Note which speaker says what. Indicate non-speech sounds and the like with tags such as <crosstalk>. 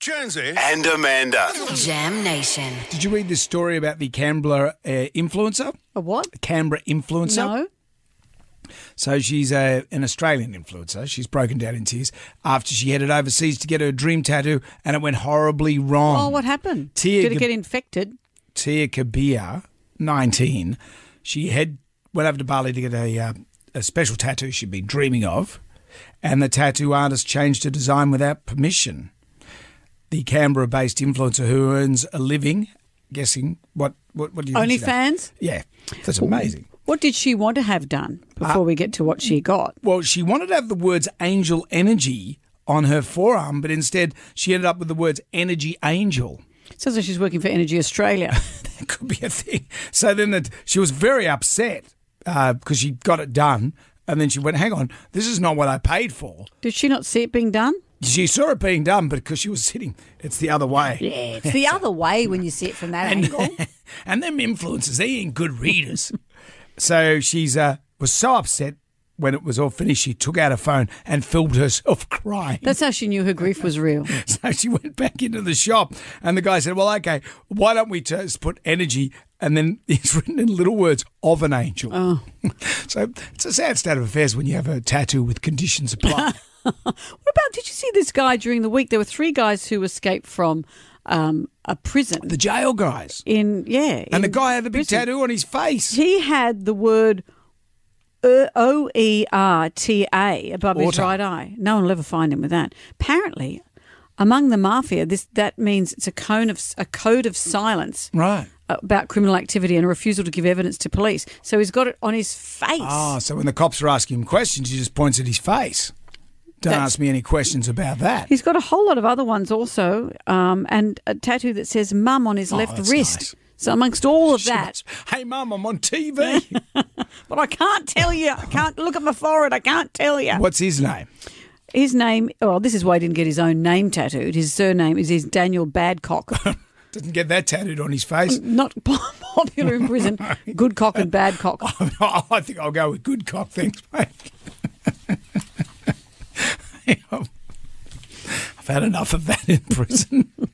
Speaker 1: Jonesy.
Speaker 2: and Amanda.
Speaker 3: Jam Nation.
Speaker 4: Did you read this story about the Canberra uh, influencer?
Speaker 5: A what?
Speaker 4: Canberra influencer?
Speaker 5: No.
Speaker 4: So she's a, an Australian influencer. She's broken down in tears after she headed overseas to get her dream tattoo and it went horribly wrong.
Speaker 5: Oh, what happened?
Speaker 4: Tia
Speaker 5: Did it
Speaker 4: Gab-
Speaker 5: get infected?
Speaker 4: Tia Kabir, 19, she had went over to Bali to get a, uh, a special tattoo she'd been dreaming of, and the tattoo artist changed her design without permission. The Canberra based influencer who earns a living, guessing what, what, what do you think she does?
Speaker 5: OnlyFans?
Speaker 4: Yeah, that's amazing.
Speaker 5: What did she want to have done before we get to what she got?
Speaker 4: Well, she wanted to have the words angel energy on her forearm, but instead she ended up with the words energy angel. <laughs>
Speaker 5: Sounds like she's working for Energy Australia.
Speaker 4: That could be a thing. So then the, she was very upset because she got it done. And then she went, hang on, this is not what I paid for.
Speaker 5: Did she not see it being done?
Speaker 4: She saw it being done, but because she was sitting, it's the other way.
Speaker 6: Yeah, it's the other way when you see it from that angle.
Speaker 4: <laughs> and them influencers, they ain't good readers. so she's uh, was so upset when it was all finished, she took out her phone and filmed herself <laughs> crying.
Speaker 5: That's how she knew her grief was real.
Speaker 4: <laughs> So she went back into the shop, and the guy said, "Well, okay, why don't we just put energy?" And then <laughs> it's written in little words of an angel.
Speaker 5: Oh.
Speaker 4: <laughs> so it's a sad state of affairs when you have a tattoo with
Speaker 5: <laughs>
Speaker 4: conditions applied.
Speaker 5: What about, did you see this guy during the week? There were three guys who escaped from um, a prison
Speaker 4: the jail guys,
Speaker 5: in, yeah.
Speaker 4: and the
Speaker 5: in
Speaker 4: guy had the big
Speaker 5: prison.
Speaker 4: tattoo on his face.
Speaker 5: He had the word O E R T A above his
Speaker 4: Orta.
Speaker 5: right eye. No one will ever find him with that. Apparently, among the mafia, this that means it's a cone of a code of silence
Speaker 4: Right.
Speaker 5: about criminal activity and a refusal to give evidence to police. So he's got it on his face.
Speaker 4: Ah, so when the cops are asking him questions, he just points at his face. Don't
Speaker 5: That's-
Speaker 4: ask me any questions about that.
Speaker 5: He's got a whole lot of other ones also, um, and a tattoo that says "mum" on his left
Speaker 4: Oh, that's
Speaker 5: wrist.
Speaker 4: nice.
Speaker 5: So amongst all of that,
Speaker 4: Hey, mum, I'm on
Speaker 5: <laughs>
Speaker 4: TV.
Speaker 5: but I can't tell you. I can't look at my forehead. I can't tell you.
Speaker 4: What's his name?
Speaker 5: His name, well, this is why he didn't get his own name tattooed. His surname is, is Daniel Badcock.
Speaker 4: Didn't get that tattooed on his face.
Speaker 5: Not <laughs> po- popular in prison. Good cock and bad cock.
Speaker 4: <laughs> I think I'll go with good cock, thanks, mate. <laughs> I've had enough of that in prison.